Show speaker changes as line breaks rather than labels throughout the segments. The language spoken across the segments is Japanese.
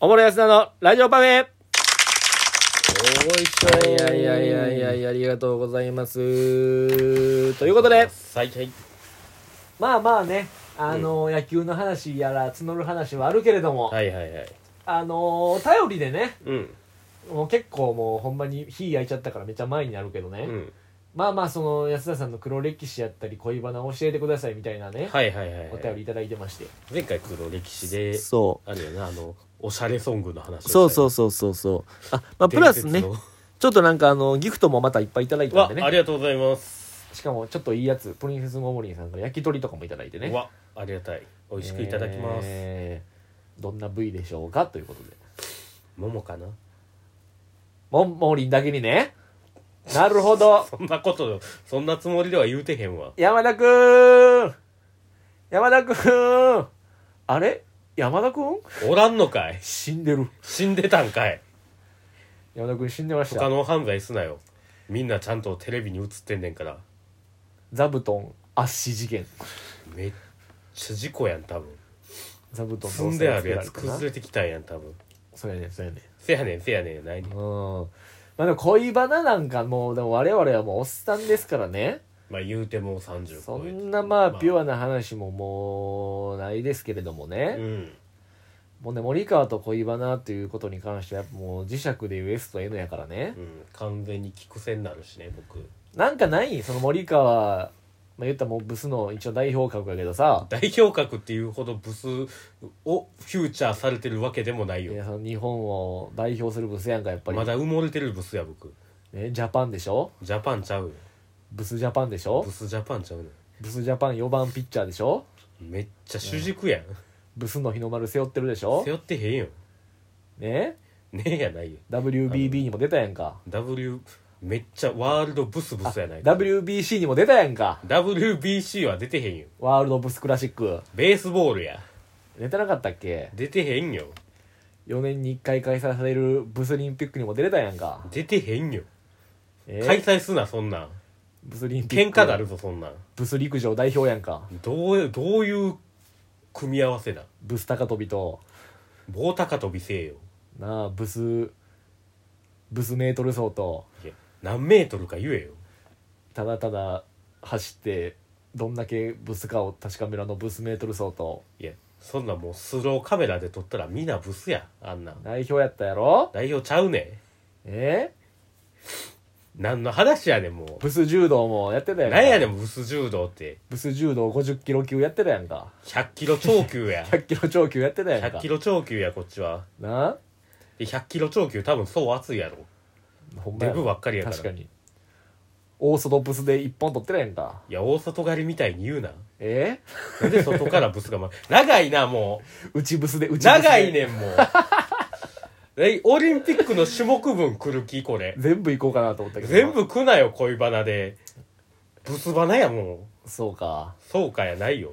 おもろやすなのラジオパフェ
お
いやいやいやいやいやありがとうございますということで
はいはい
まあまあねあの、野球の話やら募る話はあるけれども、
はいはいはい
あのお便りでね
うん
もう結構もうほんまに火焼いちゃったからめっちゃ前になるけどね、
うん
まあまあその安田さんの黒歴史やったり恋バナを教えてくださいみたいなね、
はいはいはい
お便りいただいてまして
前回黒歴史で
そ
あるよねあのおしゃれソングの話
うそうそううそうそうそうあ、まあ、プラスねちょっとなんかあのギフトもまたいっぱいいただいたん
わ
で
あ
ね
りがとうございます
しかもちょっといいやつプリンセスモモリンさんから焼き鳥とかもいただいてね
わありがたい美味しくいただきます
えーどんな部位でしょうかということで
桃かな
モモリンだけにねなるほど
そんなことそんなつもりでは言うてへんわ
山田くん山田くんあれ山田くん
おらんのかい
死んでる
死んでたんかい
山田くん死んでまし
他
た
の犯罪すなよみんなちゃんとテレビに映ってんねんから
座布団圧死事件
めっちゃ事故やん多分
座布団の
積んであるや
押さえ
つ
つけられたな
崩れてきたんやん多分
そうやねそうやね
せやねんせやねんないね
うんんまあでも恋バナなんかもうでも我々はもうおっさんですからね
まあ言うてもう30
そ
超えて
んなまあピュアな話ももうないですけれどもね、
うん
もうね森川と恋バナということに関してはやっぱもう磁石でいう S と N やからね
うん完全に菊せになるしね僕
なんかないその森川まあ言ったらもうブスの一応代表格やけどさ
代表格っていうほどブスをフューチャーされてるわけでもない
いや
よ
その日本を代表するブスやんかやっぱり、
まだ埋もれてるブスや僕
ね、ジャパンでしょ
ジャパンちゃうよ
ブスジャパンでしょ
ブスジャパンちゃうねん
ブスジャパン4番ピッチャーでしょ
めっちゃ主軸やん
ブスの日の丸背負ってるでしょ
背負ってへんよ
ね
ねえやないよ
WBB にも出たやんか
W めっちゃワールドブスブスやないか
WBC にも出たやんか
WBC は出てへんよ
ワールドブスクラシック
ベースボールや
出てなかったっけ
出てへんよ
4年に1回開催されるブスリンピックにも出れたやんか、
出てへんよ
えー
開催すなそんなん
ブスリンピッ
喧
ク
嘩だるぞそんなん
ブス陸上代表やんか
どうどういう組み合わせだ
ブス高跳びと
棒高跳びせえよ
なあブスブスメートル走と
いや何メートルか言えよ
ただただ走ってどんだけブスかを確かめるあのブスメートル走と
いやそんなもうスローカメラで撮ったらみんなブスやあんなん
代表やったやろ
代表ちゃうね
え
ん何の話やねんも
ブス柔道もやってた
う
やんか
何やねんブス柔道って
ブス柔道50キロ級やってたやんか
100キロ超級や
100キロ超級やってたやんか
100キロ超級やこっちは
なあ
で100キロ超級多分そう熱いやろ
ほんま
デ
や
ブばっかりやから
確かにオーソドプスで一本取ってないやんか
いや大外刈りみたいに言うな
え
なんで外からブスがま長いなも
内ブスで内ブ
う
スで
長いねんもうえオリンピックの種目分来る気これ
全部行こうかなと思ったけど
全部来なよ恋バナでブスバナやも
そうか
うそうかやないよ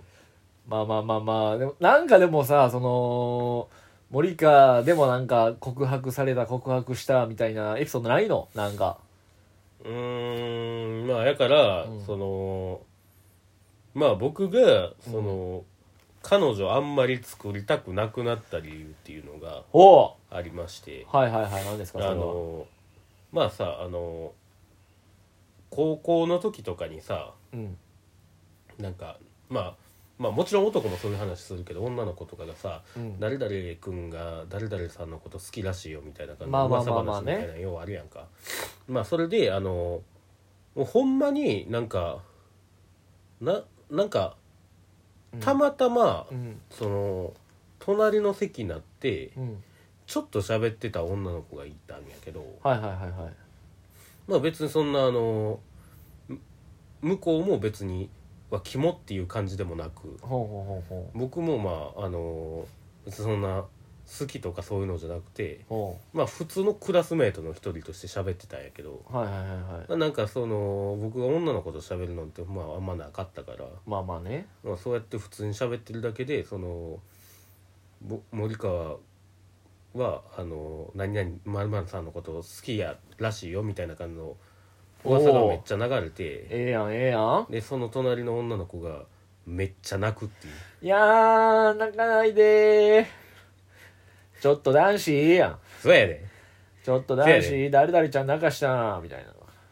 まあまあまあまあでもなんかでもさその森川でもなんか告白された告白したみたいなエピソードないのなんか
うーんまあやから、
うん
そのまあ僕がその、彼女あんまり作りたくなくなった理由っていうのが
おお
ありまして
はいはいはい何ですかそ
あ
れは
のまあさあの高校の時とかにさ
うん
なんかまあまあもちろん男もそういう話するけど女の子とかがさ
うん
誰々君が誰々さんのこと好きらしいよみたいな感じ
ま
の
あまあ
噂
まあまあ
話みたいなようあるやんかまあそれであのもうほんまになんかななんかたまたま、
うん
その隣の席になって
うん
ちょっと喋ってた女の子がいたんやけど
はいはいはいはい
まあ別にそんなあのむ向こうも別には肝っていう感じでもなく
ほうほうほうほう
僕もまああの別にそんな好きとかそういうのじゃなくて
ほ
まあ普通のクラスメートの一人として喋ってたんやけど、
うはいはいはいはい
まあなんかその僕が女の子と喋るのってまああんまなかったから、
まあまあね
まあ、そうやって普通に喋ってるだけでそのぼ森川はあの何々まるまるさんのこと好きやらしいよみたいな感じの噂がめっちゃ流れて
ええやんええやん
でその隣の女の子がめっちゃ泣くっていう
いやー泣かないでーちょっと男子いいやん。
そうやね
ちょっと
せや
男
ね
子、誰々ちゃん泣かしたな、みたいな。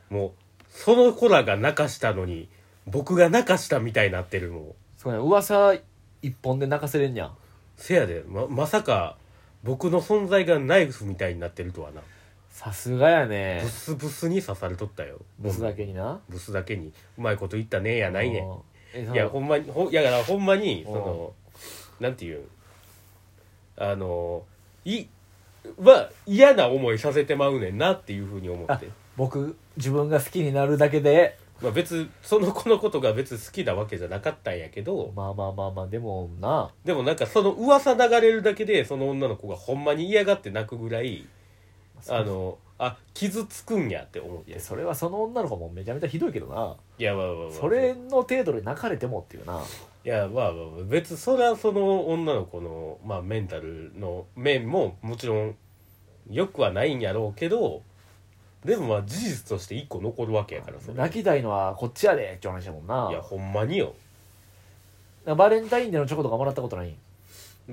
もうその子らが泣かしたのに僕が泣かしたみたいになってるもう
そうや、噂一本で泣かせれんやん。
せやでままさか僕の存在がナイフみたいになってるとはな
さすがやね
ブ。スブスに刺されとったよ
ボスだけにな。
ブスだけにうまいこと言ったねやないね
うん。え、
いや
そ
ほんまにほいやだからほんまに
う
そ
ん
のなんていうんあのいは嫌な思いさせてまうねんなっていうふうに思って
僕、自分が好きになるだけで、
まあ別その子のことが別に好きなわけじゃなかったんやけど
まあまあまあまあ、でもな、
でもなんかその噂流れるだけでその女の子がほんまに嫌がって泣くぐらいあのあ傷つくんやって思っ
い
て
や、それはその女の子もめちゃめちゃひどいけどな。
いやまあまあまあ
それの程度で泣かれてもっていうな。
いやまあまあまあ別にそれはその女の子の、まあ、メンタルの面ももちろん良くはないんやろうけどでもまあ事実として一個残るわけやからそれ
泣きたいのはこっちやでって話やもんない
やほんまによ
バレンタインデーのチョコとかもらったことないん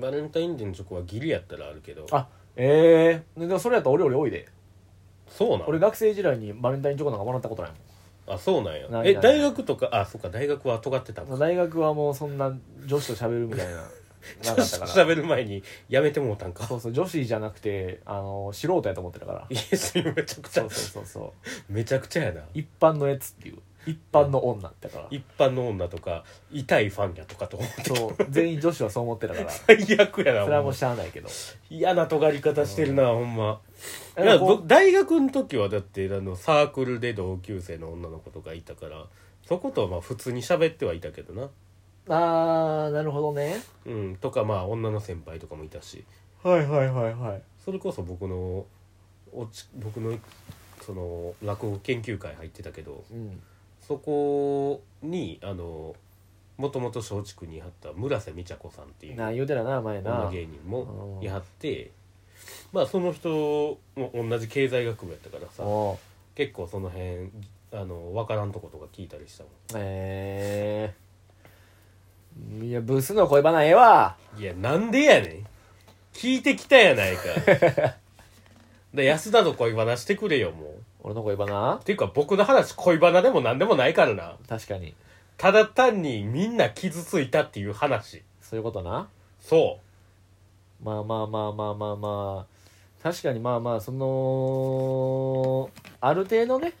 バレンタインデーのチョコはギリやったらあるけど
あええでもそれやったら俺より多いで
そうなん
俺学生時代にバレンタインチョコなんかもらったことない
あそうなんや
ない
え
ない
大学とかあそうか大学は尖ってた
も
も
ん
ん
大学はもうそんな女子と喋るみたいななかったから
喋る前にやめてもうたんか
そうそう女子じゃなくてあの素人やと思ってたから
いやそれめちゃくち
そ
ゃ
うそうそうそう
めちゃくちゃやな
一般のやつっていう一般の女だから
一般の女とか痛いファンやとかと思って
そう全員女子はそう思ってたからそ
最悪やな
れは
ほん
もう
ま
しゃあないけど
嫌な尖り方してるな、ほんまい
な
や
んかこう
僕大学の時はだってあのサークルで同級生の女の子とかいたからそことはまあ普通に喋ってはいたけどな
ああなるほどね
うんとかまあ女の先輩とかもいたし
はいはいはいはい
それこそ僕のおち僕のその落語研究会入ってたけど
うん
そこにあのもともと松竹にいはった村瀬美茶子さんっていう
なあ言うてたな前
女
な
芸人も
うん
いはってまあその人も同じ経済学部やったからさ
おう
結構その辺あの分からんとことか聞いたりしたも
えー、いやブスの恋バナええわ
んいやなんでやねん聞いてきたやないかで安田の恋話してくれよもう
俺の恋バナ
っていうか僕の話恋バナでも何でもないからな
確かに
ただ単にみんな傷ついたっていう話
そういうことな
そ
まあまあまあまあまあまあ確かにまあまあそのある程度ね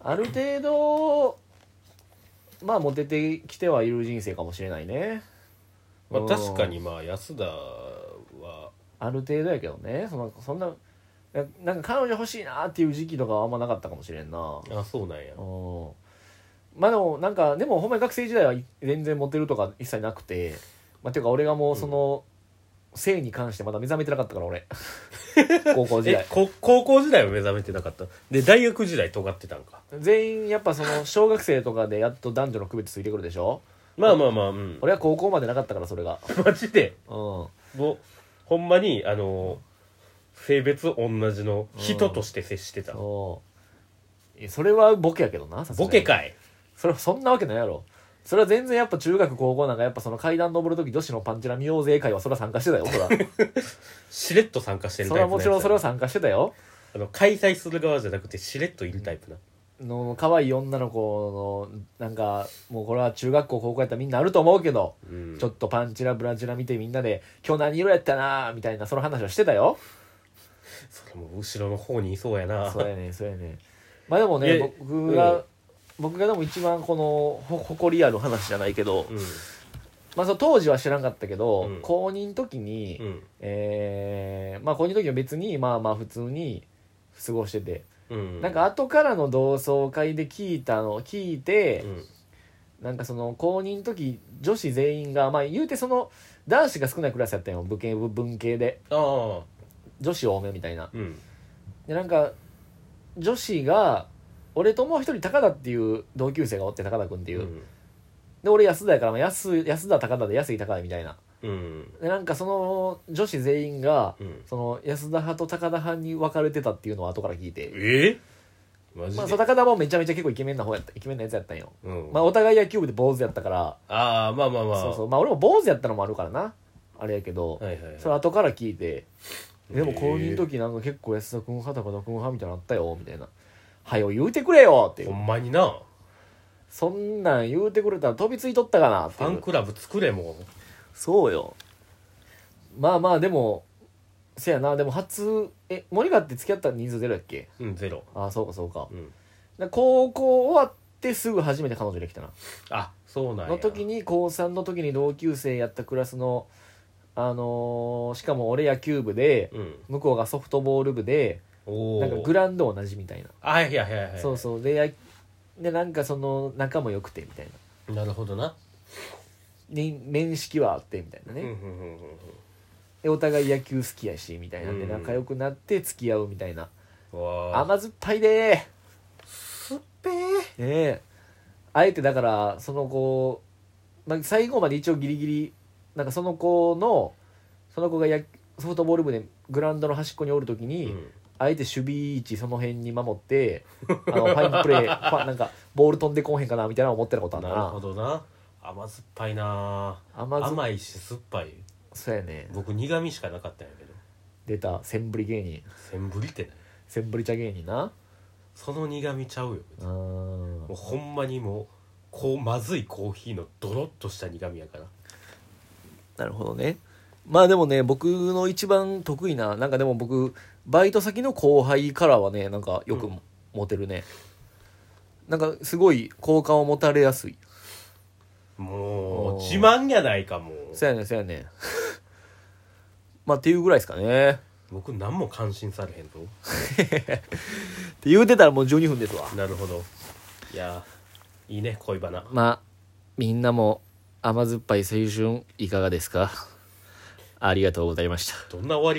ある程度まあモテてきてはいる人生かもしれないね
う、ま
う
あ、
ん
確かにまあ安田は
ある程度やけどねそのそんなななんか彼女欲しいなっていう時期とかはあんまなかったかもしれんな
あそうなんや
うんまあでもなんかでもほんまに学生時代はい全然モテるとか一切なくてまあていうか俺がもうその、性に関してまだ目覚めてなかったから俺高校時
え
代
こ高校時代は目覚めてなかったで大学時代尖ってたんか
全員やっぱその小学生とかでやっと男女の区別ついてくるでしょ
まあまあまあうん
俺は高校までなかったからそれが
マジで
うん
もうほんまにあの性別同じの人として接してた
そうえそれはボケやけどなさすが
ボ
に
ケかい
それはそんなわけないやろそれは全然やっぱ中学高校なんかやっぱその階段登る時女子のパンチラ見ようぜ会はそれは参加してたよそ ら
しれっと参加してる
そ
タイ
れ
プ
は
のや
も
つ
ち
や
ろんそれは参加してたよ
あの開催する側じゃなくてしれっといるタイプな
の可愛い女の子のなんかもうこれは中学校高校やったらみんなあると思うけど、
うん
ちょっとパンチラブラチラ見てみんなで「今日何色やったな」みたいなその話をしてたよ
それも後ろの方にいそうや な
そうやねんそうやねんまあでもね
いや
僕が、
うん
僕がでも一番このほ誇りある話じゃないけど、
うん
まあ、その当時は知らんかったけど、
うん
公認の時に、
うん
えーまあ公認の時は別にまあまあ普通に過ごしてて、
うん
なんか後からの同窓会で聞いたの聞いて、
うん
なんかその公認の時女子全員がまあ言うてその男子が少ないクラスやったんよ武系文系で
ああ
女子多めみたいな
うん
でなんか女子が俺ともう一人高田っていう同級生がおって高田君っていう、
うん
で俺安田やから、まあ、安安田高田で安井高田みたいな
うん
でなんかその女子全員が
うん
その安田派と高田派に分かれてたっていうのを後から聞いて、
えマジ
まあ、
で
そう高田もめちゃめちゃ結構イケメンな方やったイケメンなやつやったんよ、
うん
まあ、お互い野球部で坊主やったから
ああまあまあまあ
そうそうまあ俺も坊主やったのもあるからなあれやけど、
はいはいはい
それ後から聞いて「でも
へえ
公認の時なんか結構安田君派高田君派みたいなのあったよ」みたいな「はよ言うてくれよ」ってい
ほ
うん
まにな
そんなん言うてくれたら飛びついとったかなっ
フ
てい
ァン
う
クラブ作れも
そうよまあまあでもせやなでも初え森川って付き合った人数ゼロやっけ
ううんゼロ
ああそうかそうか
うん
で高校終わってすぐ初めて彼女できたな
あそうなんや
の時に高3の時に同級生やったクラスのあのーしかも俺野球部で
うん
向こうがソフトボール部で
おお
なんかグラウンド同じみたいな
はいはいはいはい
そうそうでやでなんかその仲も良くてみたいな
なるほどな
に面識はあってみたいなね、
うんうんうんうん
でお互い野球好きやしみたいなんで
うん
仲良くなって付き合うみたいな、
うんわあ
甘酸っぱいでーね
ぺ
えあえてだからその子、まあ、最後まで一応ギリギリなんかその子のその子がやソフトボール部でグラウンドの端っこにおるときに、あえて守備位置その辺に守ってあのファインプレーファなんかボール飛んでこんへんかなみたいなの思ってたことあった
な
な
るほどな甘酸っぱいな
甘酸っ
甘いし酸っぱい
そうやね
僕苦味しかなかったんやけど
出たセンブリ芸人
センブリってね
センブリ茶芸人な
その苦味ちゃうよ
うーん
もうほんまにもうこうまずいコーヒーのドロッとした苦味やから
なるほどねまあでもね僕の一番得意ななんかでも僕バイト先の後輩からはねなんかよく
うん
モテるね、なんかすごい好感を持たれやすい
もう
おー
自慢やないかもう
そやねんそやねん まあっていうぐらいですかね
僕何も感心されへんぞ
って言うてたらもう12分ですわ
なるほどいやーいいね恋バナ
まあみんなも甘酸っぱい青春いかがですかありがとうございました
どんな終わり